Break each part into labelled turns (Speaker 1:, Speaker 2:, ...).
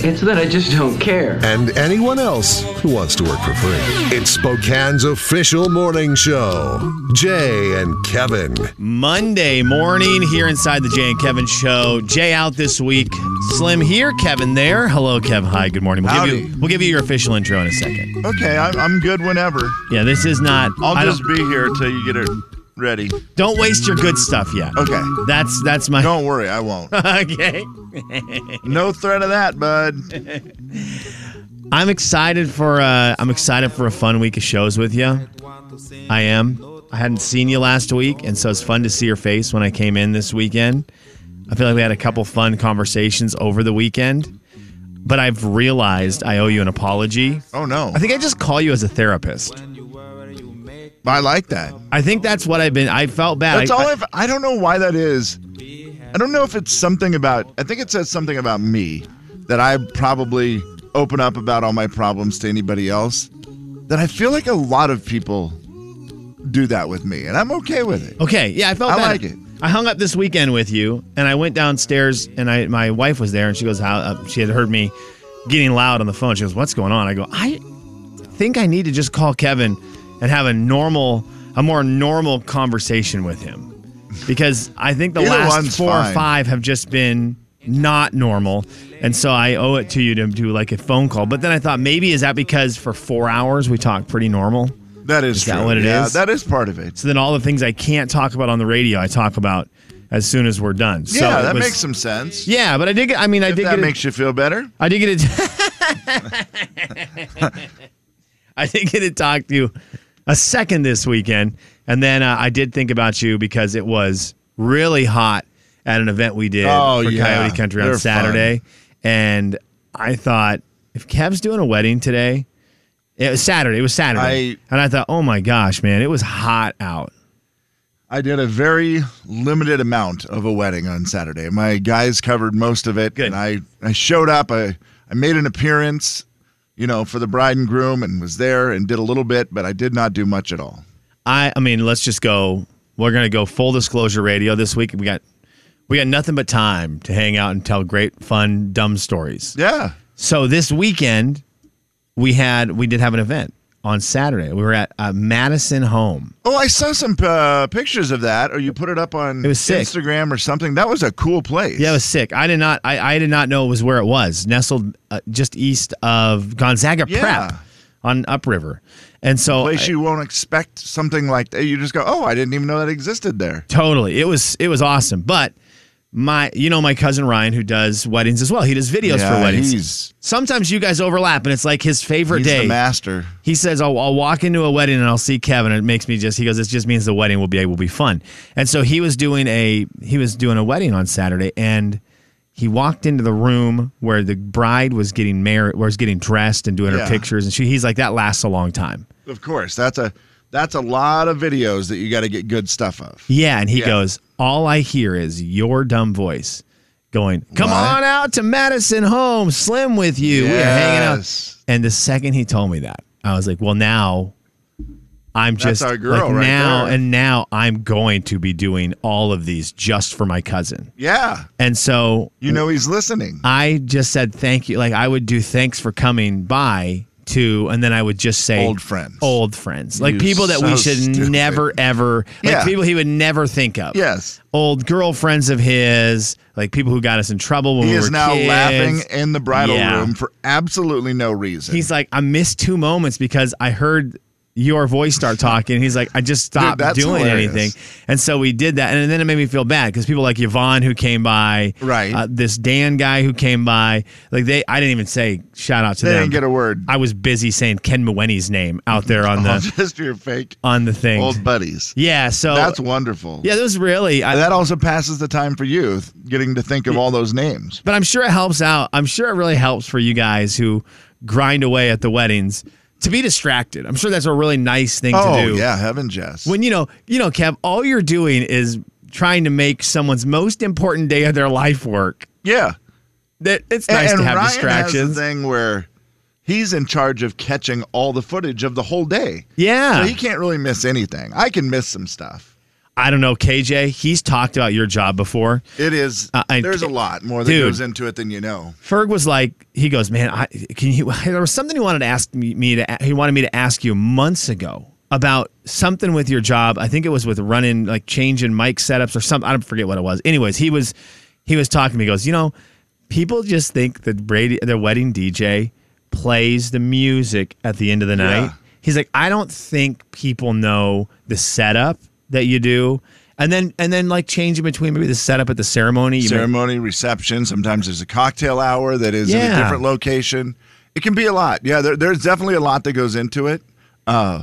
Speaker 1: It's that I just don't care.
Speaker 2: and anyone else who wants to work for free. It's Spokane's official morning show. Jay and Kevin.
Speaker 3: Monday morning here inside the Jay and Kevin show. Jay out this week. Slim here, Kevin there. Hello, Kev. Hi, good morning. We'll give
Speaker 4: Howdy.
Speaker 3: you we'll give you your official intro in a second.
Speaker 4: Okay, I'm, I'm good whenever.
Speaker 3: Yeah, this is not I
Speaker 4: I'll
Speaker 3: don't-
Speaker 4: just be here till you get it ready.
Speaker 3: don't waste your good stuff yet.
Speaker 4: Okay.
Speaker 3: That's that's my
Speaker 4: Don't worry, I won't.
Speaker 3: Okay.
Speaker 4: No threat of that, bud.
Speaker 3: I'm excited for uh I'm excited for a fun week of shows with you. I am. I hadn't seen you last week, and so it's fun to see your face when I came in this weekend. I feel like we had a couple fun conversations over the weekend, but I've realized I owe you an apology.
Speaker 4: Oh no,
Speaker 3: I think I just call you as a therapist.
Speaker 4: I like that.
Speaker 3: I think that's what I've been. I felt bad.
Speaker 4: That's
Speaker 3: I,
Speaker 4: all
Speaker 3: I-
Speaker 4: I've. I don't know why that is. I don't know if it's something about. I think it says something about me that I probably open up about all my problems to anybody else. That I feel like a lot of people do that with me, and I'm okay with it.
Speaker 3: Okay, yeah, I felt
Speaker 4: I
Speaker 3: bad.
Speaker 4: like it.
Speaker 3: I hung up this weekend with you, and I went downstairs, and I my wife was there, and she goes, "How?" Uh, she had heard me getting loud on the phone. She goes, "What's going on?" I go, "I think I need to just call Kevin and have a normal, a more normal conversation with him, because I think the
Speaker 4: Either
Speaker 3: last
Speaker 4: one's
Speaker 3: four or
Speaker 4: fine.
Speaker 3: five have just been." Not normal, and so I owe it to you to do like a phone call. But then I thought maybe is that because for four hours we talked pretty normal.
Speaker 4: That is,
Speaker 3: Is that
Speaker 4: true.
Speaker 3: what it
Speaker 4: yeah,
Speaker 3: is?
Speaker 4: That is part of it.
Speaker 3: So then all the things I can't talk about on the radio, I talk about as soon as we're done. So
Speaker 4: yeah,
Speaker 3: it
Speaker 4: that
Speaker 3: was-
Speaker 4: makes some sense.
Speaker 3: Yeah, but I did get. I mean, I
Speaker 4: if
Speaker 3: did
Speaker 4: that
Speaker 3: get.
Speaker 4: makes you feel better.
Speaker 3: a, I did get it. I did get to talk to you a second this weekend, and then uh, I did think about you because it was really hot at an event we did
Speaker 4: Oh,
Speaker 3: for
Speaker 4: yeah.
Speaker 3: Coyote Country on
Speaker 4: They're fun.
Speaker 3: Saturday, and I thought if Kev's doing a wedding today, it was Saturday. It was Saturday,
Speaker 4: I-
Speaker 3: and I thought, oh my gosh, man, it was hot out.
Speaker 4: I did a very limited amount of a wedding on Saturday. My guys covered most of it.
Speaker 3: Good.
Speaker 4: And I, I showed up. I, I made an appearance, you know, for the bride and groom and was there and did a little bit, but I did not do much at all.
Speaker 3: I I mean, let's just go. We're gonna go full disclosure radio this week. We got we got nothing but time to hang out and tell great fun dumb stories.
Speaker 4: Yeah.
Speaker 3: So this weekend we had we did have an event on Saturday. We were at uh, Madison Home.
Speaker 4: Oh, I saw some uh, pictures of that, or you put it up on
Speaker 3: It was sick.
Speaker 4: Instagram or something. That was a cool place.
Speaker 3: Yeah, it was sick. I did not I, I did not know it was where it was, nestled uh, just east of Gonzaga
Speaker 4: Yeah.
Speaker 3: Prep on Upriver. And so
Speaker 4: place you won't expect something like that. You just go, oh, I didn't even know that existed there.
Speaker 3: Totally. It was it was awesome. But my you know my cousin Ryan who does weddings as well. He does videos
Speaker 4: Yeah,
Speaker 3: for weddings.
Speaker 4: he's-
Speaker 3: Sometimes you guys overlap and it's like his favorite
Speaker 4: He's
Speaker 3: day.
Speaker 4: the master.
Speaker 3: He says, I'll, I'll walk into a wedding and I'll see Kevin. It makes me just, he goes, this just means the wedding will be, will be fun. And so he was doing a, he was doing a wedding on Saturday and he walked into the room where the bride was getting married, was getting dressed and doing her
Speaker 4: Yeah.
Speaker 3: pictures. And she, he's like, that lasts a long time.
Speaker 4: Of course, that's a that's a lot of videos that you got to get good stuff of.
Speaker 3: Yeah, and he
Speaker 4: Yeah.
Speaker 3: goes, "All I hear is your dumb voice going, "Come
Speaker 4: What?
Speaker 3: on out to Madison Home, Slim with you. We are hanging out."
Speaker 4: Yes.
Speaker 3: And the second he told me that, I was like, "Well, now I'm
Speaker 4: That's
Speaker 3: just
Speaker 4: our girl
Speaker 3: like,
Speaker 4: right
Speaker 3: now
Speaker 4: there.
Speaker 3: and now I'm going to be doing all of these just for my cousin."
Speaker 4: Yeah,
Speaker 3: And so
Speaker 4: you know he's listening.
Speaker 3: I just said thank you. Like I would do thanks for coming by to, and then I would just say
Speaker 4: Old friends.
Speaker 3: old friends, like
Speaker 4: You're
Speaker 3: people that we
Speaker 4: so
Speaker 3: should
Speaker 4: stupid.
Speaker 3: never ever, like
Speaker 4: Yeah.
Speaker 3: people he would never think of.
Speaker 4: Yes.
Speaker 3: old girlfriends of his, like people who got us in trouble when
Speaker 4: He
Speaker 3: we
Speaker 4: is
Speaker 3: were
Speaker 4: now
Speaker 3: kids.
Speaker 4: laughing in the bridal
Speaker 3: Yeah.
Speaker 4: room for absolutely no reason.
Speaker 3: He's like, I missed two moments because I heard your voice start talking. He's like, I just stopped
Speaker 4: that's
Speaker 3: doing
Speaker 4: hilarious.
Speaker 3: anything. And so we did that. And then it made me feel bad because people like Yvonne who came by,
Speaker 4: Right.
Speaker 3: uh, this Dan guy who came by, like they, I didn't even say shout out to
Speaker 4: They
Speaker 3: them.
Speaker 4: didn't get a word.
Speaker 3: I was busy saying Ken Maweni's name out there on the,
Speaker 4: Just your fake
Speaker 3: on the thing.
Speaker 4: Oh, old buddies.
Speaker 3: yeah. So
Speaker 4: That's wonderful.
Speaker 3: yeah, that was really, I,
Speaker 4: That also passes the time for you, getting to think of all those names.
Speaker 3: but I'm sure it helps out. I'm sure it really helps for you guys who grind away at the weddings to be distracted. I'm sure that's a really nice thing
Speaker 4: Oh
Speaker 3: to do.
Speaker 4: yeah, heaven, Jess.
Speaker 3: When you know, you know, Kev, all you're doing is trying to make someone's most important day of their life work.
Speaker 4: yeah,
Speaker 3: That it's
Speaker 4: A-
Speaker 3: nice
Speaker 4: and
Speaker 3: to have
Speaker 4: Ryan has
Speaker 3: distractions.
Speaker 4: a thing where he's in charge of catching all the footage of the whole day.
Speaker 3: Yeah.
Speaker 4: so he can't really miss anything. I can miss some stuff.
Speaker 3: I don't know, KJ. He's talked about your job before.
Speaker 4: It is.
Speaker 3: Uh, I-
Speaker 4: there's a lot more that
Speaker 3: Dude.
Speaker 4: goes into it than you know.
Speaker 3: Ferg was like, he goes, man, I, can you? There was something he wanted to ask me, me to. He wanted me to ask you months ago about something with your job. I think it was with running, like changing mic setups or something. I don't forget what it was. Anyways, he was, he was talking to me. He goes, you know, people just think that Brady, their wedding DJ, plays the music at the end of the night.
Speaker 4: Yeah.
Speaker 3: He's like, I don't think people know the setup that you do. And then, and then, like changing between maybe the setup at the ceremony, you may-
Speaker 4: Ceremony, reception. Sometimes there's a cocktail hour that is in a
Speaker 3: Yeah.
Speaker 4: different location. It can be a lot. Yeah, there, there's definitely a lot that goes into it.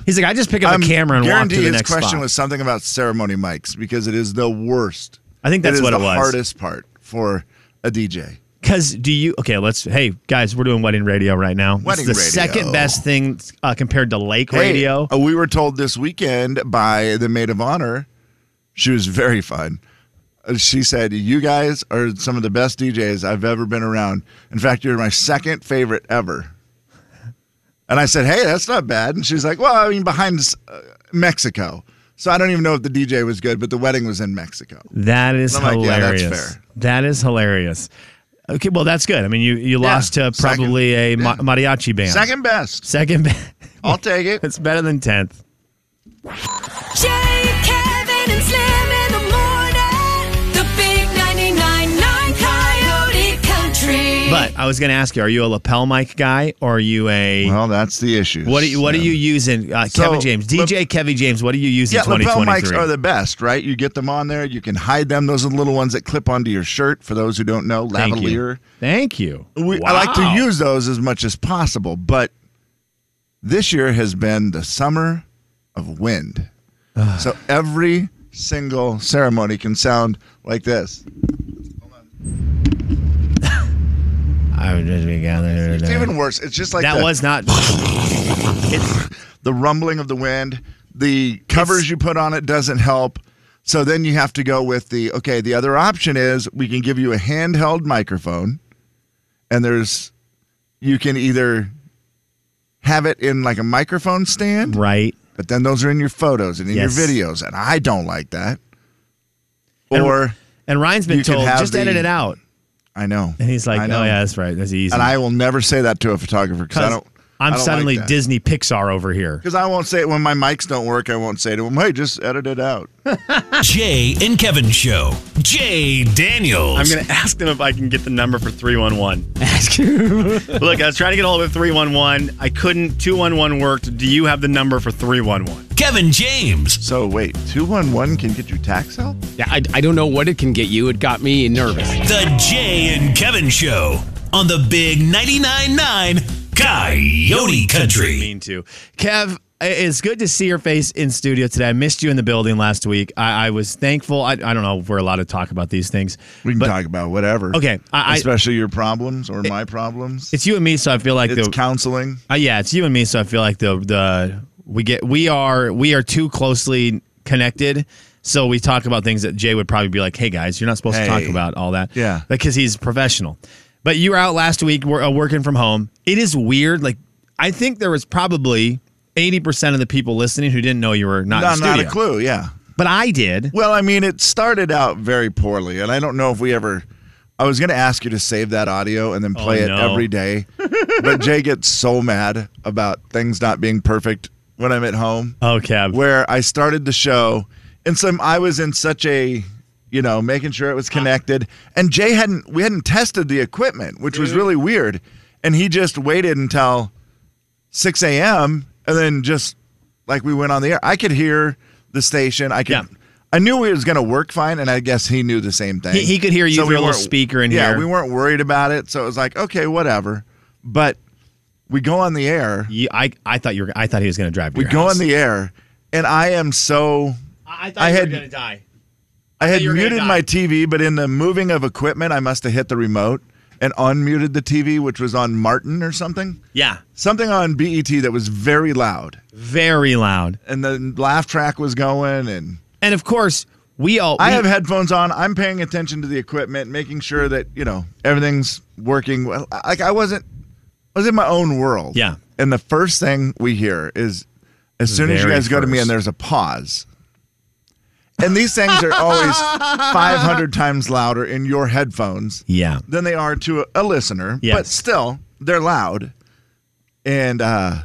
Speaker 3: He's like, I just pick up a camera and walk
Speaker 4: guarantee
Speaker 3: to the
Speaker 4: his
Speaker 3: next
Speaker 4: question
Speaker 3: spot.
Speaker 4: was something about ceremony mics because it is the worst.
Speaker 3: I think that's
Speaker 4: is
Speaker 3: what
Speaker 4: the
Speaker 3: it was.
Speaker 4: Hardest part for a DJ.
Speaker 3: Because do you? Okay, let's. Hey guys, we're doing wedding radio right now. It's
Speaker 4: Wedding
Speaker 3: the
Speaker 4: radio.
Speaker 3: second best thing uh, compared to lake
Speaker 4: Hey,
Speaker 3: radio.
Speaker 4: uh, we were told this weekend by the maid of honor. She was very fun. Uh, She said, "You guys are some of the best DJs I've ever been around. In fact, you're my second favorite ever." And I said, "Hey, that's not bad." And she's like, "Well, I mean, behind uh, Mexico." So I don't even know if the DJ was good, but the wedding was in Mexico.
Speaker 3: That is
Speaker 4: I'm like, yeah, that's
Speaker 3: hilarious.
Speaker 4: fair.
Speaker 3: That is hilarious. Okay, well that's good. I mean, you you lost to
Speaker 4: second.
Speaker 3: probably a ma- mariachi band.
Speaker 4: Second best.
Speaker 3: second. be-
Speaker 4: I'll take it.
Speaker 3: it's better than tenth.
Speaker 5: Jay, Kevin, and Slim in the morning. The big 99.9 Coyote Country.
Speaker 3: But I was going to ask you: Are you a lapel mic guy or are you a
Speaker 4: Well, that's the issue.
Speaker 3: what? Are you, what are you using, uh,
Speaker 4: So,
Speaker 3: Kevin James, DJ Kevin James? What do you use
Speaker 4: Yeah,
Speaker 3: in
Speaker 4: lapel
Speaker 3: 2023?
Speaker 4: mics are the best, right? You get them on there. You can hide them. Those are the little ones that clip onto your shirt. For those who don't know,
Speaker 3: Thank
Speaker 4: lavalier.
Speaker 3: you. Thank you.
Speaker 4: We, I like to
Speaker 3: Wow.
Speaker 4: use those as much as possible, but this year has been the summer of wind. so every single ceremony can sound like this.
Speaker 3: I would just be gathered.
Speaker 4: It's even worse. It's just like
Speaker 3: that
Speaker 4: the,
Speaker 3: was not. it's,
Speaker 4: the rumbling of the wind. The covers
Speaker 3: It's-
Speaker 4: you put on it doesn't help. So then you have to go with the okay. The other option is we can give you a handheld microphone, and there's you can either have it in like a microphone stand,
Speaker 3: right.
Speaker 4: but then those are in your photos and in
Speaker 3: Yes.
Speaker 4: your videos, and I don't like that.
Speaker 3: And-
Speaker 4: Or
Speaker 3: And Ryan's been
Speaker 4: You could
Speaker 3: told
Speaker 4: have
Speaker 3: just edit
Speaker 4: the-
Speaker 3: it out,
Speaker 4: I know,
Speaker 3: and he's like,
Speaker 4: I
Speaker 3: "Oh yeah, that's right. That's easy."
Speaker 4: and I will never say that to a photographer because I don't.
Speaker 3: am
Speaker 4: I don't
Speaker 3: suddenly
Speaker 4: like
Speaker 3: Disney Pixar over here.
Speaker 4: because I won't say it when my mics don't work. I won't say to him, "Hey, just edit it out."
Speaker 6: Jay and Kevin Show. Jay Daniels.
Speaker 3: I'm gonna ask them if I can get the number for three one one. Ask Look, I was trying to get a hold of three one one. I couldn't. Two one one worked. Do you have the number for three one one?
Speaker 6: Kevin James.
Speaker 4: So wait, two one one can get you tax help?
Speaker 7: Yeah, I, I don't know what it can get you. It got me nervous.
Speaker 6: The Jay and Kevin Show on the Big 99.9 9 Coyote Country.
Speaker 3: mean to. Kev, it's good to see your face in studio today. I missed you in the building last week. I, I was thankful. I, I don't know if we're allowed to talk about these things.
Speaker 4: We can
Speaker 3: but
Speaker 4: talk about whatever.
Speaker 3: Okay, I- I-
Speaker 4: especially your problems or my problems. It's,
Speaker 3: It's you and me, so I feel like the
Speaker 4: counseling.
Speaker 3: Uh, yeah, it's you and me, so I feel like the the we get we are we are too closely connected. So we talk about things that Jay would probably be like, "Hey guys, you're not supposed to talk
Speaker 4: Hey.
Speaker 3: about all that."
Speaker 4: Yeah.
Speaker 3: because he's professional. But you were out last week wor- uh, working from home. It is weird. Like I think there was probably eighty percent of the people listening who didn't know you were
Speaker 4: Not,
Speaker 3: not in the studio.
Speaker 4: not a clue. Yeah.
Speaker 3: But I did.
Speaker 4: Well, I mean, it started out very poorly, and I don't know if we ever. I was going to ask you to save that audio and then play it
Speaker 3: Oh, no.
Speaker 4: every day, but Jay gets so mad about things not being perfect when I'm at home.
Speaker 3: Oh, Kev.
Speaker 4: where I started the show, and some I was in such a, you know, making sure it was connected, and Jay hadn't we hadn't tested the equipment, which was really weird, and he just waited until six a.m. and then just like we went on the air. I could hear the station. I could.
Speaker 3: Yeah.
Speaker 4: I knew it was going to work fine, and I guess he knew the same thing.
Speaker 3: He- he could hear you through a little
Speaker 4: weren't-
Speaker 3: speaker in
Speaker 4: yeah,
Speaker 3: here.
Speaker 4: we weren't worried about it, so it was like, okay, whatever. But we go on the air.
Speaker 3: You, I, I thought you were. I thought he was going to drive. To
Speaker 4: We
Speaker 3: your
Speaker 4: go
Speaker 3: house.
Speaker 4: on the air, and I am so.
Speaker 3: I thought
Speaker 4: I
Speaker 3: you
Speaker 4: had-
Speaker 3: were going to die.
Speaker 4: I had
Speaker 3: you were gonna
Speaker 4: muted
Speaker 3: die.
Speaker 4: my TV, but in the moving of equipment, I must have hit the remote and unmuted the TV, which was on Martin or something.
Speaker 3: Yeah,
Speaker 4: Something on BET that was very loud,
Speaker 3: very loud.
Speaker 4: and the laugh track was going, and
Speaker 3: And of course, we all.
Speaker 4: I
Speaker 3: we-
Speaker 4: have headphones on. I'm paying attention to the equipment, making sure that you know everything's working. Well, I- Like I wasn't, I was in my own world.
Speaker 3: Yeah.
Speaker 4: And the first thing we hear is, as soon as you
Speaker 3: Very
Speaker 4: guys go to me,
Speaker 3: first.
Speaker 4: and there's a pause. And these things are always 500 times louder in your headphones
Speaker 3: Yeah.
Speaker 4: than they are to a, a listener. But
Speaker 3: Yes.
Speaker 4: still, they're loud. And uh,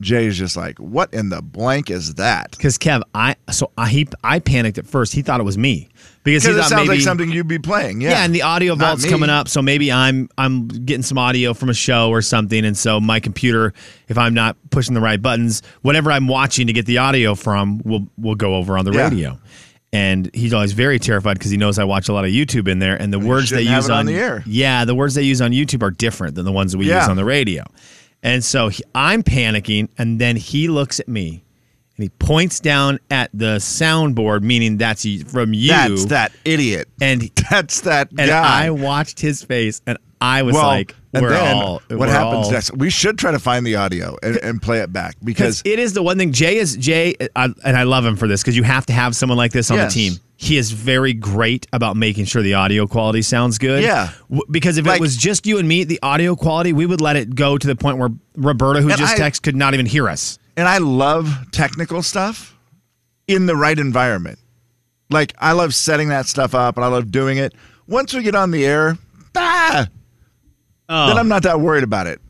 Speaker 4: Jay's just like, "What in the blank is that?"
Speaker 3: Because Kev, I so I he I panicked at first. He thought it was me because
Speaker 4: Because
Speaker 3: he
Speaker 4: it
Speaker 3: thought
Speaker 4: sounds
Speaker 3: maybe
Speaker 4: like something you'd be playing. Yeah.
Speaker 3: yeah. and the audio
Speaker 4: Not
Speaker 3: vault's
Speaker 4: me.
Speaker 3: coming up, so maybe I'm I'm getting some audio from a show or something, and so my computer, if I'm not pushing the right buttons, whatever I'm watching to get the audio from, will will go over on the
Speaker 4: Yeah.
Speaker 3: radio. And he's always very terrified because he knows I watch a lot of YouTube in there, and the words they
Speaker 4: shouldn't have
Speaker 3: use
Speaker 4: it on
Speaker 3: on
Speaker 4: the air.
Speaker 3: yeah, the words they use on YouTube are different than the ones that we
Speaker 4: Yeah.
Speaker 3: use on the radio. And so he, I'm panicking, and then he looks at me, and he points down at the soundboard, meaning that's y- from you.
Speaker 4: That's that idiot.
Speaker 3: And
Speaker 4: That's that
Speaker 3: and
Speaker 4: guy.
Speaker 3: I watched his face, and I was
Speaker 4: well,
Speaker 3: like,
Speaker 4: and
Speaker 3: "We're
Speaker 4: then
Speaker 3: all
Speaker 4: what
Speaker 3: we're
Speaker 4: happens
Speaker 3: all-
Speaker 4: next? We should try to find the audio and, and play it back because
Speaker 3: Because it is the one thing Jay is Jay, I, and I love him for this because you have to have someone like this on
Speaker 4: Yes.
Speaker 3: the team. He is very great about making sure the audio quality sounds good.
Speaker 4: Yeah.
Speaker 3: W- because if
Speaker 4: Like-
Speaker 3: it was just you and me, the audio quality we would let it go to the point where Roberta, who
Speaker 4: And
Speaker 3: just
Speaker 4: I-
Speaker 3: texted, could not even hear us.
Speaker 4: and I love technical stuff in the right environment. Like I love setting that stuff up and I love doing it. Once we get on the air, ah,
Speaker 3: Oh.
Speaker 4: then I'm not that worried about it.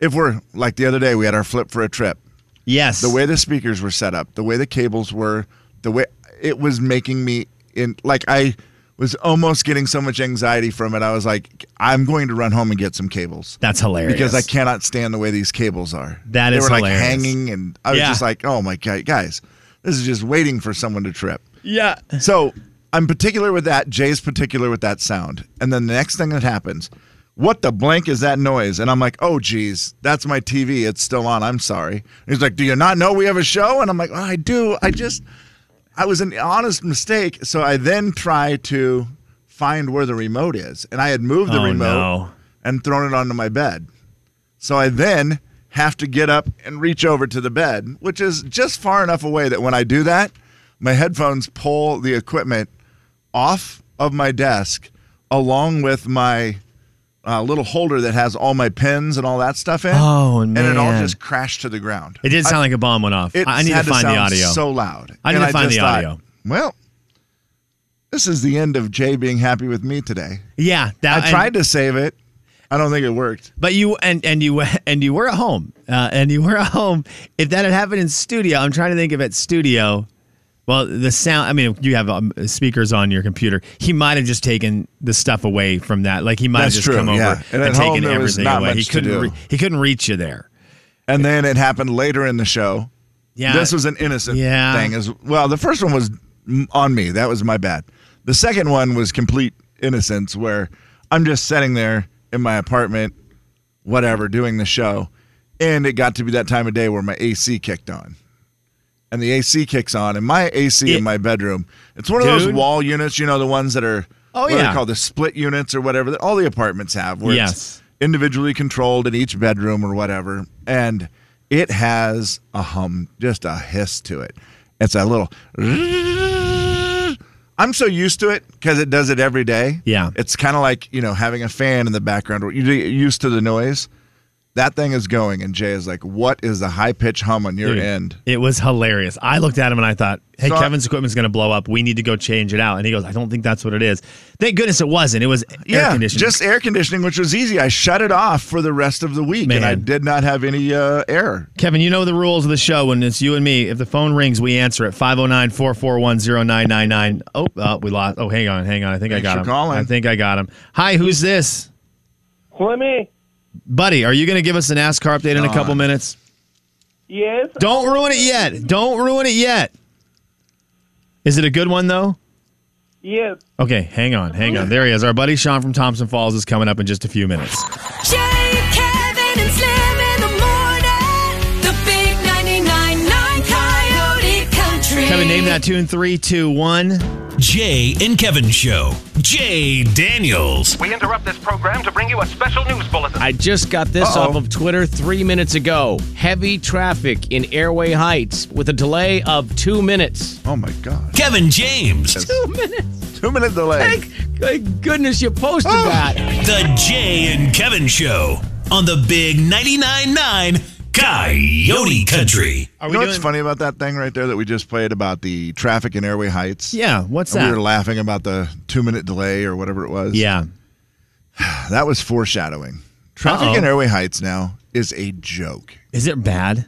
Speaker 4: If we're like the other day, we had our flip for a trip.
Speaker 3: Yes,
Speaker 4: The way the speakers were set up, the way the cables were, the way it was making me in like I was almost getting so much anxiety from it. I was like, I'm going to run home and get some cables.
Speaker 3: that's hilarious
Speaker 4: because I cannot stand the way these cables are.
Speaker 3: That
Speaker 4: they
Speaker 3: is
Speaker 4: were like
Speaker 3: hilarious.
Speaker 4: hanging, and I was
Speaker 3: Yeah.
Speaker 4: just like, "Oh my god, guys, this is just waiting for someone to trip."
Speaker 3: Yeah,
Speaker 4: So I'm particular with that. Jay's particular with that sound, and then the next thing that happens, what the blank is that noise? And I'm like, "Oh geez, that's my TV. It's still on. I'm sorry." And he's like, "Do you not know we have a show?" And I'm like, oh, "I do. I just, I was an honest mistake." So I then try to find where the remote is, and I had moved the
Speaker 3: Oh,
Speaker 4: remote
Speaker 3: no.
Speaker 4: and thrown it onto my bed. So I then have to get up and reach over to the bed, which is just far enough away that when I do that, my headphones pull the equipment off of my desk along with my uh, little holder that has all my pins and all that stuff in.
Speaker 3: Oh,
Speaker 4: And it all
Speaker 3: man.
Speaker 4: just crashed to the ground.
Speaker 3: it did sound like a bomb went off.
Speaker 4: It
Speaker 3: I I need to
Speaker 4: had
Speaker 3: find the
Speaker 4: sound
Speaker 3: audio.
Speaker 4: So loud.
Speaker 3: I need
Speaker 4: And
Speaker 3: to find
Speaker 4: just
Speaker 3: the
Speaker 4: thought,
Speaker 3: audio.
Speaker 4: well, this is the end of Jay being happy with me today.
Speaker 3: yeah, that
Speaker 4: I
Speaker 3: and-
Speaker 4: tried to save it. I don't think it worked.
Speaker 3: But you and and you and you were at home, uh, and you were at home. If that had happened in studio, I'm trying to think of at studio. Well, the sound. I mean, you have um, speakers on your computer. He might have just taken the stuff away from that. Like he might
Speaker 4: That's
Speaker 3: have just
Speaker 4: true,
Speaker 3: come over
Speaker 4: yeah. And
Speaker 3: and,
Speaker 4: at home,
Speaker 3: taken
Speaker 4: there was
Speaker 3: everything
Speaker 4: not
Speaker 3: away.
Speaker 4: much
Speaker 3: He
Speaker 4: to
Speaker 3: couldn't.
Speaker 4: do.
Speaker 3: Re- he couldn't reach you there.
Speaker 4: And then it happened later in the show.
Speaker 3: Yeah.
Speaker 4: This was an innocent
Speaker 3: Yeah.
Speaker 4: thing as well. The first one was mm, on me. That was my bad. The second one was complete innocence where I'm just sitting there in my apartment, whatever, doing the show. And it got to be that time of day where my AC kicked on. And the AC kicks on, and my AC
Speaker 3: It-
Speaker 4: in my bedroom. It's one of those
Speaker 3: Dude.
Speaker 4: wall units, you know, the ones that are
Speaker 3: Oh,
Speaker 4: what are they
Speaker 3: yeah.
Speaker 4: called the split units or whatever that all the apartments have where it's
Speaker 3: Yes.
Speaker 4: individually controlled in each bedroom or whatever. And it has a hum, just a hiss to it. It's a little. I'm so used to it because it does it every day.
Speaker 3: Yeah.
Speaker 4: It's kind of like, you know, having a fan in the background. You get used to the noise. That thing is going, and Jay is like, What is the high pitch hum on your
Speaker 3: Dude,
Speaker 4: end?
Speaker 3: It was hilarious. I looked at him and I thought, "Hey,
Speaker 4: So I-
Speaker 3: Kevin's equipment's going to blow up. We need to go change it out." And he goes, "I don't think that's what it is." Thank goodness it wasn't. It was air
Speaker 4: Yeah,
Speaker 3: conditioning.
Speaker 4: just air conditioning, which was easy. I shut it off for the rest of the week, and I
Speaker 3: Man.
Speaker 4: did not have any uh, air.
Speaker 3: Kevin, you know the rules of the show when it's you and me. If the phone rings, we answer it 509 441 0999. Oh, uh, we lost. Oh, hang on, hang on. I think I
Speaker 4: Thanks
Speaker 3: got
Speaker 4: for
Speaker 3: him.
Speaker 4: calling.
Speaker 3: I think I got him. Hi, who's this?
Speaker 8: Flemmy,
Speaker 3: Buddy, are you going to give us an NASCAR update in a couple minutes?
Speaker 8: Yes.
Speaker 3: Don't ruin it yet. Don't ruin it yet. Is it a good one though?
Speaker 8: Yes.
Speaker 3: Okay, hang on, hang on. There he is. Our buddy Sean from Thompson Falls is coming up in just a few minutes.
Speaker 5: Jay, Kevin, and Slim in the morning. The big 99.9 Coyote Country.
Speaker 3: Kevin, name that tune. Three, two, one.
Speaker 6: Jay and Kevin Show. Jay Daniels.
Speaker 9: We interrupt this program to bring you a special news bulletin.
Speaker 7: I just got this off of Twitter three minutes ago. Heavy traffic in Airway Heights with a delay of two minutes.
Speaker 4: Oh my God.
Speaker 6: Kevin James.
Speaker 7: Two minutes. Oh.
Speaker 4: Two minute delay.
Speaker 7: Thank, thank goodness you posted that.
Speaker 6: The Jay and Kevin Show on the Big 99.9 9 Coyote Country.
Speaker 4: you know what's funny about that thing right there that we just played about the traffic in Airway Heights?
Speaker 3: Yeah, what's
Speaker 4: And
Speaker 3: that?
Speaker 4: We were laughing about the two minute delay or whatever it was.
Speaker 3: Yeah.
Speaker 4: That was foreshadowing. Traffic
Speaker 3: Uh-oh.
Speaker 4: in Airway Heights now is a joke.
Speaker 3: Is it bad?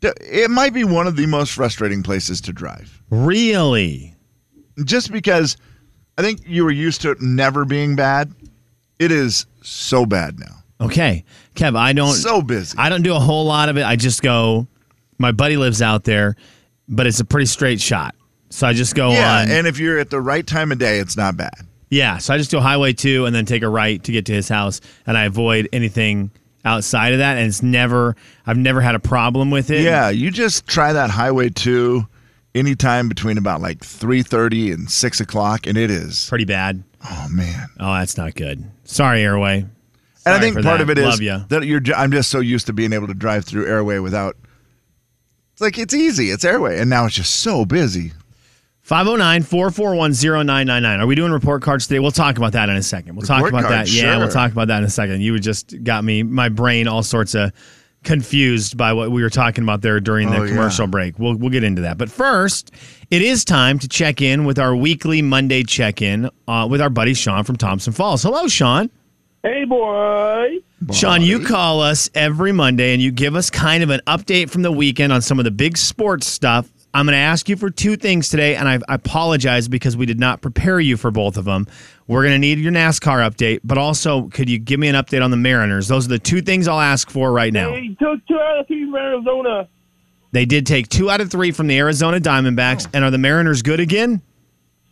Speaker 4: D- It might be one of the most frustrating places to drive.
Speaker 3: Really?
Speaker 4: Just because I think you were used to it never being bad. It is so bad now.
Speaker 3: Okay, Kev, I don't
Speaker 4: So busy.
Speaker 3: I don't do a whole lot of it. I just go. My buddy lives out there, but it's a pretty straight shot. So I just go
Speaker 4: yeah,
Speaker 3: on.
Speaker 4: and if you're at the right time of day, it's not bad.
Speaker 3: yeah, so I just do Highway Two and then take a right to get to his house, and I avoid anything outside of that. And it's never. I've never had a problem with it.
Speaker 4: Yeah, you just try that Highway 2 anytime between about like 3.30 and 6 o'clock, and it is.
Speaker 3: pretty bad.
Speaker 4: Oh, man.
Speaker 3: Oh, that's not good. Sorry, Airway.
Speaker 4: and I
Speaker 3: Sorry
Speaker 4: think
Speaker 3: for
Speaker 4: part
Speaker 3: that.
Speaker 4: of it is
Speaker 3: Love ya.
Speaker 4: that you're. ju- I'm just so used to being able to drive through airway without. It's like it's easy. It's airway, and now it's just so busy.
Speaker 3: 509-441-0999. Are we doing report cards today? We'll talk about that in a second. We'll talk
Speaker 4: Report
Speaker 3: about
Speaker 4: cards,
Speaker 3: that. Yeah,
Speaker 4: sure.
Speaker 3: we'll talk about that in a second. You just got me my brain all sorts of confused by what we were talking about there during the
Speaker 4: Oh, yeah.
Speaker 3: commercial break. We'll we'll get into that. But first, it is time to check in with our weekly Monday check-in uh, with our buddy Sean from Thompson Falls. Hello, Sean.
Speaker 8: Hey, boy.
Speaker 3: Sean, you call us every Monday and you give us kind of an update from the weekend on some of the big sports stuff. I'm going to ask you for two things today, and I I apologize because we did not prepare you for both of them. We're going to need your NASCAR update, but also, could you give me an update on the Mariners? Those are the two things I'll ask for right now.
Speaker 8: They took two out of three from Arizona.
Speaker 3: They did take two out of three from the Arizona Diamondbacks, and are the Mariners good again?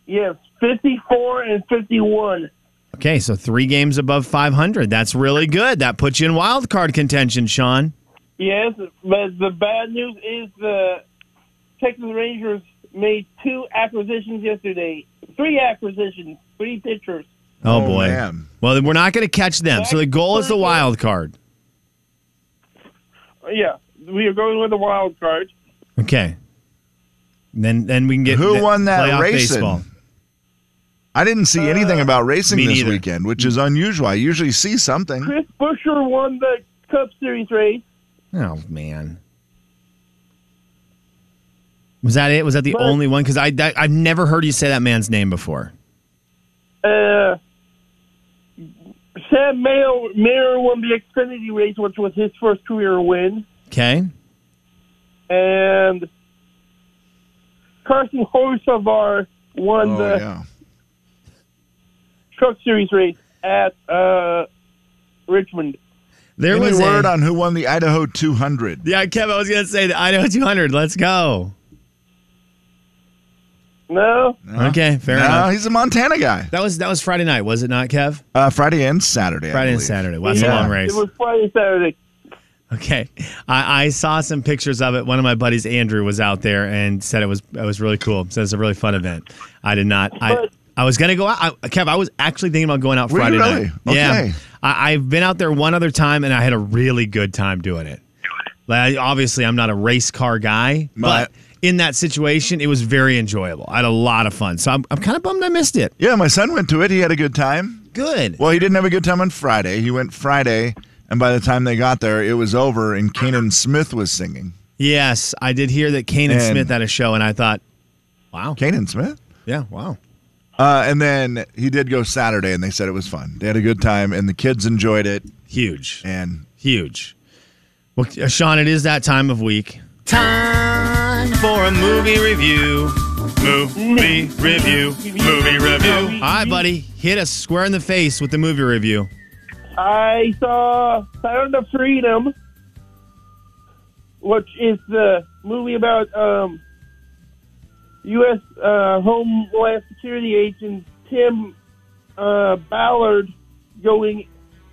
Speaker 8: Yes, 54 and 51.
Speaker 3: Okay, so three games above 500. That's really good. That puts you in wild card contention, Sean.
Speaker 8: Yes, but the bad news is the Texas Rangers made two acquisitions yesterday. Three acquisitions, three pitchers.
Speaker 3: Oh,
Speaker 4: Oh,
Speaker 3: boy.
Speaker 4: man.
Speaker 3: Well, then we're not going to catch them. So the goal is the wild card.
Speaker 8: Yeah, we are going with the wild card.
Speaker 3: Okay. Then then we can get
Speaker 4: Who
Speaker 3: the
Speaker 4: won that
Speaker 3: playoff
Speaker 4: racing?
Speaker 3: baseball.
Speaker 4: I didn't see anything about racing
Speaker 3: Uh, me
Speaker 4: this
Speaker 3: neither. Mm.
Speaker 4: weekend, which is unusual. I usually see something.
Speaker 8: Chris Busher won the Cup Series race.
Speaker 3: Oh man. Was that it? Was that the
Speaker 8: But-
Speaker 3: only one? Because I that, I've never heard you say that man's name before.
Speaker 8: Uh, Sam Mayer, Mayer won the Xfinity race, which was his first career win.
Speaker 3: Okay.
Speaker 8: And Carson Hocevar won
Speaker 4: Oh
Speaker 8: the
Speaker 4: yeah,
Speaker 8: Truck Series race at uh, Richmond.
Speaker 3: There
Speaker 4: any
Speaker 3: was
Speaker 4: word
Speaker 3: a,
Speaker 4: on who won the Idaho 200?
Speaker 3: yeah, Kev. I was gonna say the Idaho 200. Let's go.
Speaker 8: No?
Speaker 4: Uh-huh.
Speaker 3: Okay, fair
Speaker 4: no,
Speaker 3: enough.
Speaker 4: he's a Montana guy.
Speaker 3: That was that was Friday night, was it not, Kev?
Speaker 4: Uh, Friday and Saturday. I
Speaker 3: Friday and
Speaker 4: believe.
Speaker 3: Saturday. Well, that's
Speaker 4: Yeah.
Speaker 3: a long race.
Speaker 8: It was Friday, Saturday.
Speaker 3: Okay, I, I saw some pictures of it. One of my buddies, Andrew, was out there and said it was it was really cool. Said it's a really fun event. I did not. I I was gonna go out. I, Kev, I was actually thinking about going out
Speaker 4: Were you
Speaker 3: Friday
Speaker 4: really?
Speaker 3: night.
Speaker 4: Okay.
Speaker 3: Yeah, I, I've been out there one other time and I had a really good time doing it. Like I- obviously, I'm not a race car guy,
Speaker 4: My-
Speaker 3: but in that situation, it was very enjoyable. I had a lot of fun. So I'm I'm kind of bummed I missed it.
Speaker 4: Yeah, my son went to it. He had a good time.
Speaker 3: Good.
Speaker 4: Well, he didn't have a good time on Friday. He went Friday, and by the time they got there, it was over, and Kenan Smith was singing.
Speaker 3: Yes, I did hear that Kanan
Speaker 4: And-
Speaker 3: Smith had a show, and I thought, wow,
Speaker 4: Kenan Smith?
Speaker 3: yeah, wow.
Speaker 4: Uh, and then he did go Saturday, and they said it was fun. They had a good time, and the kids enjoyed it.
Speaker 3: Huge.
Speaker 4: And
Speaker 3: Huge. Well, uh, Sean, it is that time of week. Time for a movie review. Movie review. Movie review. All right, buddy. Hit us square in the face with the movie review.
Speaker 8: I saw Sound of Freedom. which is the movie about um, U.S. Uh, Homeland Security agent Tim uh, Ballard going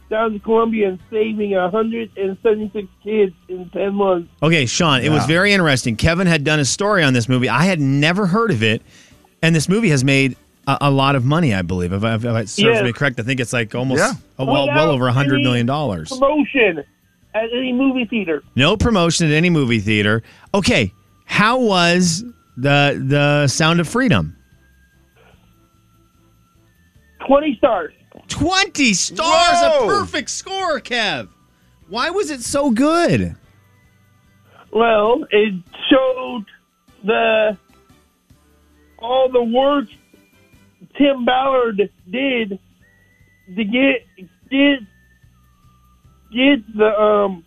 Speaker 8: down to Colombia and saving 176 kids in 10 months.
Speaker 3: Okay, Sean, it was
Speaker 8: Yeah.
Speaker 3: very interesting. Kevin had done a story on this movie. I had never heard of it, and this movie has made a, a lot of money, I believe. If, I, if it serves
Speaker 8: Yeah.
Speaker 3: me correct, I think it's like almost
Speaker 8: Yeah.
Speaker 3: a well, well
Speaker 8: Without
Speaker 3: over a hundred
Speaker 8: any
Speaker 3: million dollars.
Speaker 8: Promotion at any movie theater.
Speaker 3: No promotion at any movie theater. Okay, how was the the Sound of Freedom?
Speaker 8: 20 stars.
Speaker 3: 20 stars, a perfect score, Kev. Why was it so good?
Speaker 8: Well, it showed the all the work Tim Ballard did to get get get the um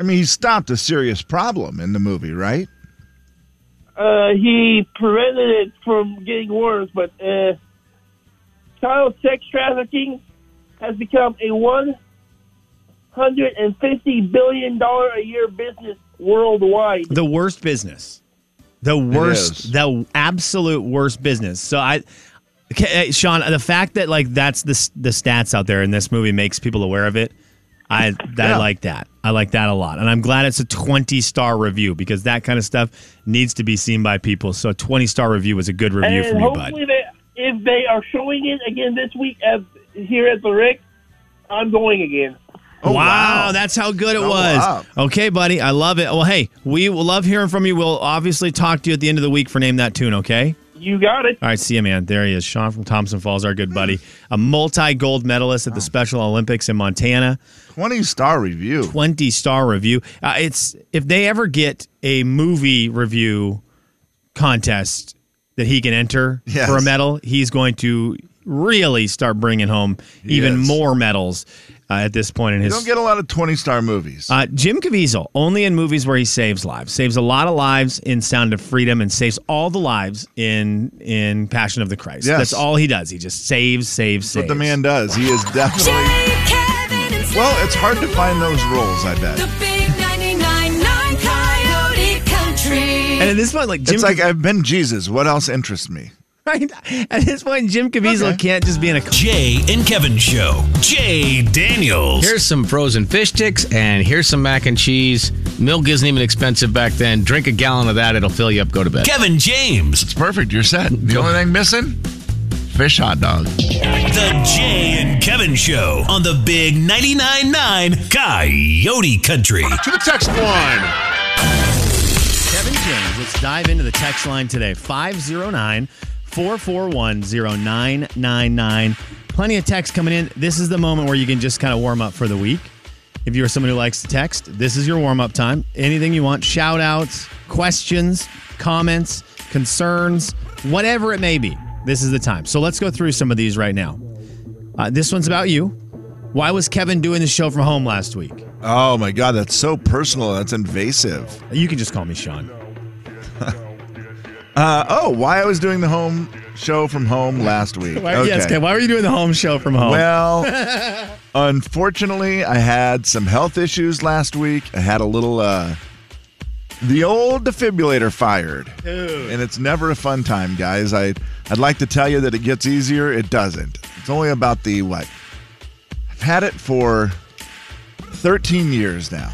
Speaker 4: I mean, he stopped a serious problem in the movie, right?
Speaker 8: uh, he prevented it from getting worse, but uh, child sex trafficking has become a one hundred and fifty billion dollar a year business worldwide.
Speaker 3: The worst business. The worst, the absolute worst business. So I okay, uh, Sean, the fact that like that's the s- the stats out there in this movie makes people aware of it. I I
Speaker 10: Yeah.
Speaker 3: like that. I like that a lot. And I'm glad it's a 20 star review because that kind of stuff needs to be seen by people. So a 20 star review is a good review
Speaker 8: and
Speaker 3: from you, bud.
Speaker 8: hopefully They, if they are showing it again this week at here at the Rick, I'm going again.
Speaker 4: Oh,
Speaker 3: wow. that's how good it
Speaker 8: Oh,
Speaker 3: was.
Speaker 8: wow.
Speaker 3: Okay, buddy, I love it. Well, hey, we will love hearing from you. We'll obviously talk to you at the end of the week for name that tune. Okay.
Speaker 8: You got it.
Speaker 3: All right, see you, man. There he is, Sean from Thompson Falls, our good buddy, a multi-gold medalist at the Special Olympics in Montana.
Speaker 4: Twenty-star review.
Speaker 3: Twenty-star review. Uh, it's if they ever get a movie review contest that he can enter
Speaker 4: Yes.
Speaker 3: for a medal, he's going to really start bringing home even
Speaker 4: Yes.
Speaker 3: more medals uh, at this point in
Speaker 4: You
Speaker 3: his
Speaker 4: don't get a lot of twenty-star movies.
Speaker 3: uh, Jim Caviezel, only in movies where he saves lives, saves a lot of lives in Sound of Freedom, and saves all the lives in in Passion of the Christ.
Speaker 4: Yes.
Speaker 3: That's all he does. He just saves, saves,
Speaker 4: That's what
Speaker 3: saves.
Speaker 4: the man does. He is definitely. Well, it's hard to find those roles. I bet.
Speaker 5: Big 99.9 Coyote Country.
Speaker 3: And at this point, like Jim,
Speaker 4: it's like I've been Jesus. What else interests me?
Speaker 3: right? At this point, Jim Caviezel can't just be in a
Speaker 6: Jay and Kevin Show. Jay Daniels.
Speaker 7: Here's some frozen fish sticks, and here's some mac and cheese. Milk isn't even expensive back then. Drink a gallon of that; it'll fill you up. Go to bed.
Speaker 6: Kevin James. It's
Speaker 4: perfect. You're set. The only thing missing, fish hot dog.
Speaker 6: The Jay and Kevin Show on the Big 99.9 Coyote Country.
Speaker 4: To the text line.
Speaker 3: Kevin James. Let's dive into the text line today 509 441 0999. Plenty of text coming in. This is the moment where you can just kind of warm up for the week. If you're someone who likes to text, this is your warm up time. Anything you want shout outs, questions, comments, concerns, whatever it may be, this is the time. So let's go through some of these right now. Uh, this one's about you. Why was Kevin doing the show from home last week?
Speaker 4: Oh my God, that's so personal. That's invasive.
Speaker 3: You can just call me Sean.
Speaker 4: uh, oh, why I was doing the home show from home last week.
Speaker 3: Why, Yes, um. Kev, why were you doing the home show from home?
Speaker 4: Well, unfortunately, I had some health issues last week. I had a little uh the old defibrillator fired. And it's never a fun time, guys. I I'd like to tell you that it gets easier, it doesn't. It's only about the what? I've had it for 13 years now.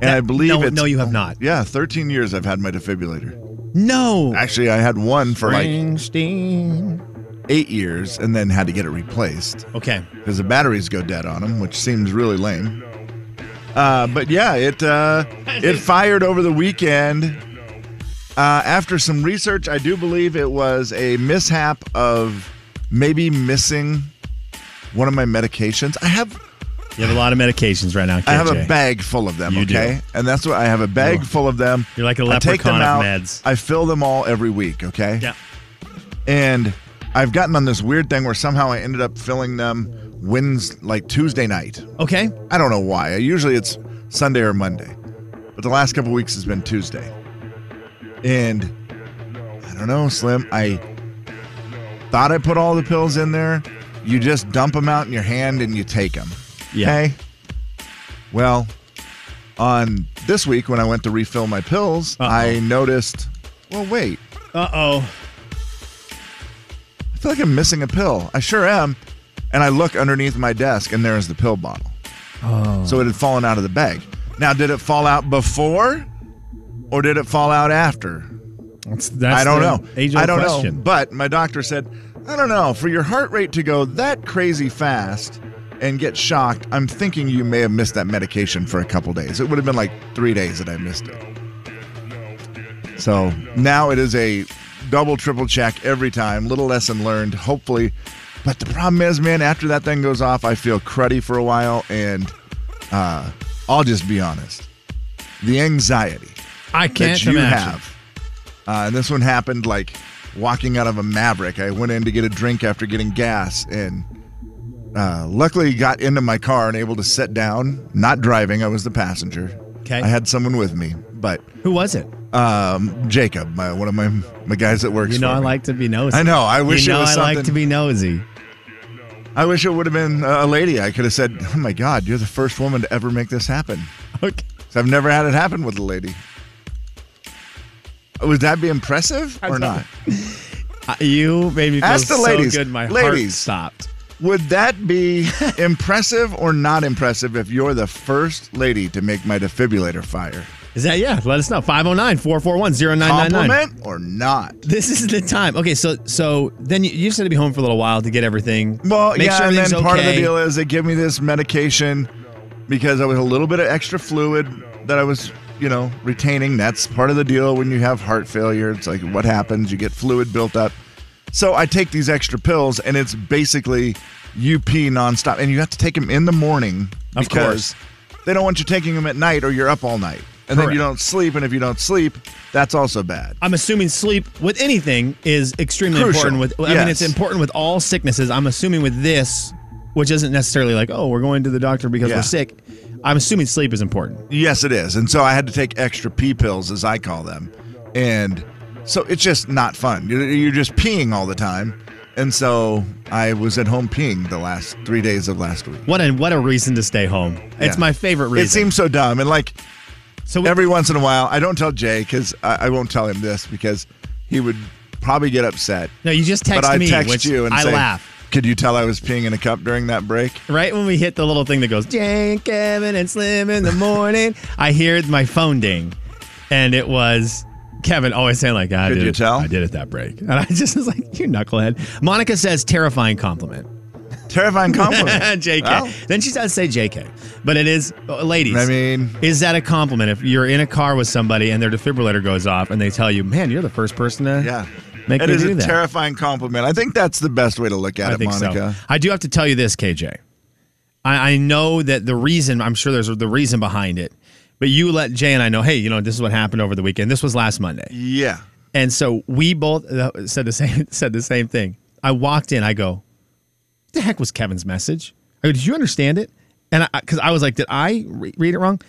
Speaker 4: And I believe
Speaker 3: no,
Speaker 4: it's
Speaker 3: no, you have not.
Speaker 4: Yeah, 13 years I've had my defibrillator.
Speaker 3: No.
Speaker 4: Actually, I had one for like
Speaker 3: Springsteen.
Speaker 4: 8 years and then had to get it replaced
Speaker 3: Okay.
Speaker 4: because the batteries go dead on them, which seems really lame. Uh, but yeah, it uh, it fired over the weekend. Uh, after some research, I do believe it was a mishap of maybe missing one of my medications. I have
Speaker 3: You have a lot of medications right now.
Speaker 4: I have a
Speaker 3: KJ.
Speaker 4: bag full of them.
Speaker 3: You do.
Speaker 4: okay, and that's what I have a bag
Speaker 3: Oh.
Speaker 4: full of them.
Speaker 3: You're like a
Speaker 4: I take them
Speaker 3: leprechaun of
Speaker 4: out,
Speaker 3: meds.
Speaker 4: I fill them all every week. Okay.
Speaker 3: Yeah.
Speaker 4: And I've gotten on this weird thing where somehow I ended up filling them wins like Tuesday night.
Speaker 3: Okay.
Speaker 4: I don't know why. Usually it's Sunday or Monday, but the last couple weeks has been Tuesday. And I don't know, Slim. I thought I put all the pills in there. You just dump them out in your hand and you take them.
Speaker 3: Yeah.
Speaker 4: Okay. Well, on this week when I went to refill my pills, I noticed, well, wait.
Speaker 3: Uh oh.
Speaker 4: I feel like I'm missing a pill. I sure am. And I look underneath my desk, and there's the pill bottle.
Speaker 3: Oh.
Speaker 4: So it had fallen out of the bag. Now, did it fall out before or did it fall out after?
Speaker 3: That's, that's
Speaker 4: I don't
Speaker 3: the
Speaker 4: know.
Speaker 3: age-old
Speaker 4: I don't know.
Speaker 3: question.
Speaker 4: But my doctor said, I don't know. For your heart rate to go that crazy fast and get shocked, I'm thinking you may have missed that medication for a couple days. It would have been like three days that I missed it. So now it is a double, triple check every time. Little lesson learned, hopefully. But the problem is, man, after that thing goes off, I feel cruddy for a while. And uh, I'll just be honest the anxiety
Speaker 3: I can't
Speaker 4: that you
Speaker 3: imagine.
Speaker 4: have. Uh, and this one happened like walking out of a Maverick. I went in to get a drink after getting gas, and uh, luckily got into my car and able to sit down. Not driving, I was the passenger.
Speaker 3: Okay.
Speaker 4: I had someone with me, but
Speaker 3: who was it?
Speaker 4: Um, Jacob, my, one of my my guys that works.
Speaker 3: You know
Speaker 4: for
Speaker 3: I
Speaker 4: me.
Speaker 3: like to be nosy.
Speaker 4: I know. I wish
Speaker 3: you know
Speaker 4: it was
Speaker 3: I like
Speaker 4: something-
Speaker 3: to be nosy.
Speaker 4: I wish it would have been a lady. I could have said, "Oh my God, you're the first woman to ever make this happen."
Speaker 3: Okay.
Speaker 4: So I've never had it happen with a lady. Would that be impressive or not?
Speaker 3: Uh, you made me feel
Speaker 4: Ask the
Speaker 3: so
Speaker 4: ladies.
Speaker 3: good. My
Speaker 4: ladies,
Speaker 3: heart stopped.
Speaker 4: Would that be impressive or not impressive if you're the first lady to make my defibrillator fire?
Speaker 3: Is that yeah? Let us know. 509-441-0999.
Speaker 4: Compliment or not?
Speaker 3: This is the time. Okay, so so then you, you said to be home for a little while to get everything.
Speaker 4: Well,
Speaker 3: make
Speaker 4: yeah,
Speaker 3: sure
Speaker 4: and then
Speaker 3: everything's
Speaker 4: part of the
Speaker 3: okay.
Speaker 4: deal is they give me this medication because I was a little bit of extra fluid that I was, you know, retaining. That's part of the deal when you have heart failure. It's like what happens? You get fluid built up. So I take these extra pills, and it's basically UP nonstop, and you have to take them in the morning
Speaker 3: Of
Speaker 4: because they don't want you taking them at night, or you're up all night, and then
Speaker 3: Correct.
Speaker 4: you don't sleep. And if you don't sleep, that's also bad.
Speaker 3: I'm assuming sleep with anything is extremely
Speaker 4: Crucial.
Speaker 3: important. With I mean, it's
Speaker 4: Yes.
Speaker 3: important with all sicknesses. I'm assuming with this, which isn't necessarily like oh we're going to the doctor because
Speaker 4: Yeah.
Speaker 3: we're sick. I'm assuming sleep is important.
Speaker 4: Yes, it is. And so I had to take extra pee pills, as I call them. And so it's just not fun. You're, you're just peeing all the time. And so I was at home peeing the last three days of last week.
Speaker 3: What a what a reason to stay home. It's
Speaker 4: Yeah.
Speaker 3: my favorite reason.
Speaker 4: It seems so dumb. And like,
Speaker 3: so
Speaker 4: every once in a while, I don't tell Jay because I, I won't tell him this because he would probably get upset.
Speaker 3: no, you just
Speaker 4: but
Speaker 3: text
Speaker 4: I
Speaker 3: me,
Speaker 4: text
Speaker 3: which
Speaker 4: you and
Speaker 3: I
Speaker 4: say,
Speaker 3: laugh.
Speaker 4: Could you tell I was peeing in a cup during that break?
Speaker 3: Right when we hit the little thing that goes Jay and Kevin and Slim in the morning, I hear my phone ding, and it was Kevin always saying like I
Speaker 4: Could
Speaker 3: did
Speaker 4: you
Speaker 3: it-
Speaker 4: tell?
Speaker 3: I did it that break, and I just was like you knucklehead. Monica says terrifying compliment.
Speaker 4: Terrifying compliment.
Speaker 3: JK.
Speaker 4: Oh, Well,
Speaker 3: Then she does say JK, but it is uh, ladies.
Speaker 4: I mean-
Speaker 3: is that a compliment if you're in a car with somebody and their defibrillator goes off and they tell you, "Man, you're the first person to
Speaker 4: yeah.
Speaker 3: make
Speaker 4: It
Speaker 3: me
Speaker 4: is
Speaker 3: do
Speaker 4: a
Speaker 3: that."
Speaker 4: terrifying compliment. I think that's the best way to look at
Speaker 3: I
Speaker 4: it,
Speaker 3: think
Speaker 4: Monica.
Speaker 3: so. I do have to tell you this, KJ. I, I know that the reason. I'm sure there's the reason behind it, but you let Jay and I know. Hey, you know this is what happened over the weekend. This was last Monday.
Speaker 4: Yeah.
Speaker 3: And so we both uh, said the same said the same thing. I walked in. I go, what the heck was Kevin's message? I go, did you understand it? And I because I was like, did I re- read it wrong?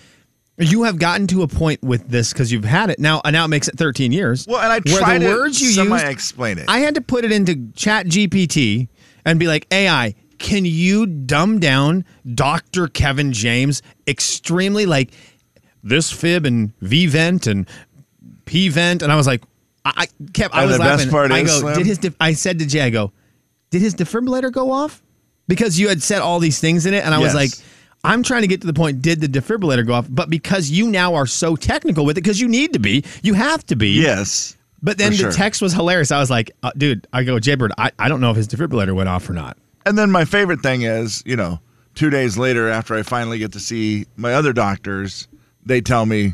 Speaker 3: You have gotten to a point with this because you've had it now. And now it makes it 13 years.
Speaker 4: Well, and I
Speaker 3: where
Speaker 4: try
Speaker 3: the
Speaker 4: to
Speaker 3: words you used,
Speaker 4: semi-explain it.
Speaker 3: I had to put it into Chat GPT and be like, AI, can you dumb down Dr. Kevin James extremely like this fib and V vent and P vent? And I was like, I, I kept, I
Speaker 4: And
Speaker 3: was
Speaker 4: the best
Speaker 3: laughing.
Speaker 4: part
Speaker 3: I
Speaker 4: is,
Speaker 3: go,
Speaker 4: Slim-
Speaker 3: did his, def- I said to Jay, I go, did his defibrillator go off? Because you had said all these things in it. And I was
Speaker 4: Yes.
Speaker 3: like, I'm trying to get to the point, did the defibrillator go off? But because you now are so technical with it, because you need to be, you have to be.
Speaker 4: Yes.
Speaker 3: But then
Speaker 4: For sure.
Speaker 3: the text was hilarious. I was like, uh, dude, I go, Jaybird, I, I don't know if his defibrillator went off or not.
Speaker 4: And then my favorite thing is, you know, two days later after I finally get to see my other doctors, they tell me,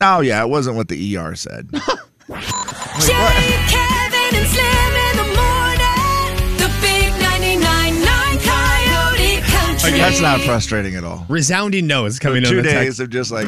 Speaker 4: "Oh yeah, it wasn't what the ER said."
Speaker 5: Jay, Kevin, and Slim in the morning. The big 99.9 Coyote Country.
Speaker 4: Like, that's not frustrating at all.
Speaker 3: Resounding no is coming
Speaker 4: So
Speaker 3: on
Speaker 4: two
Speaker 3: the text.
Speaker 4: days of just like,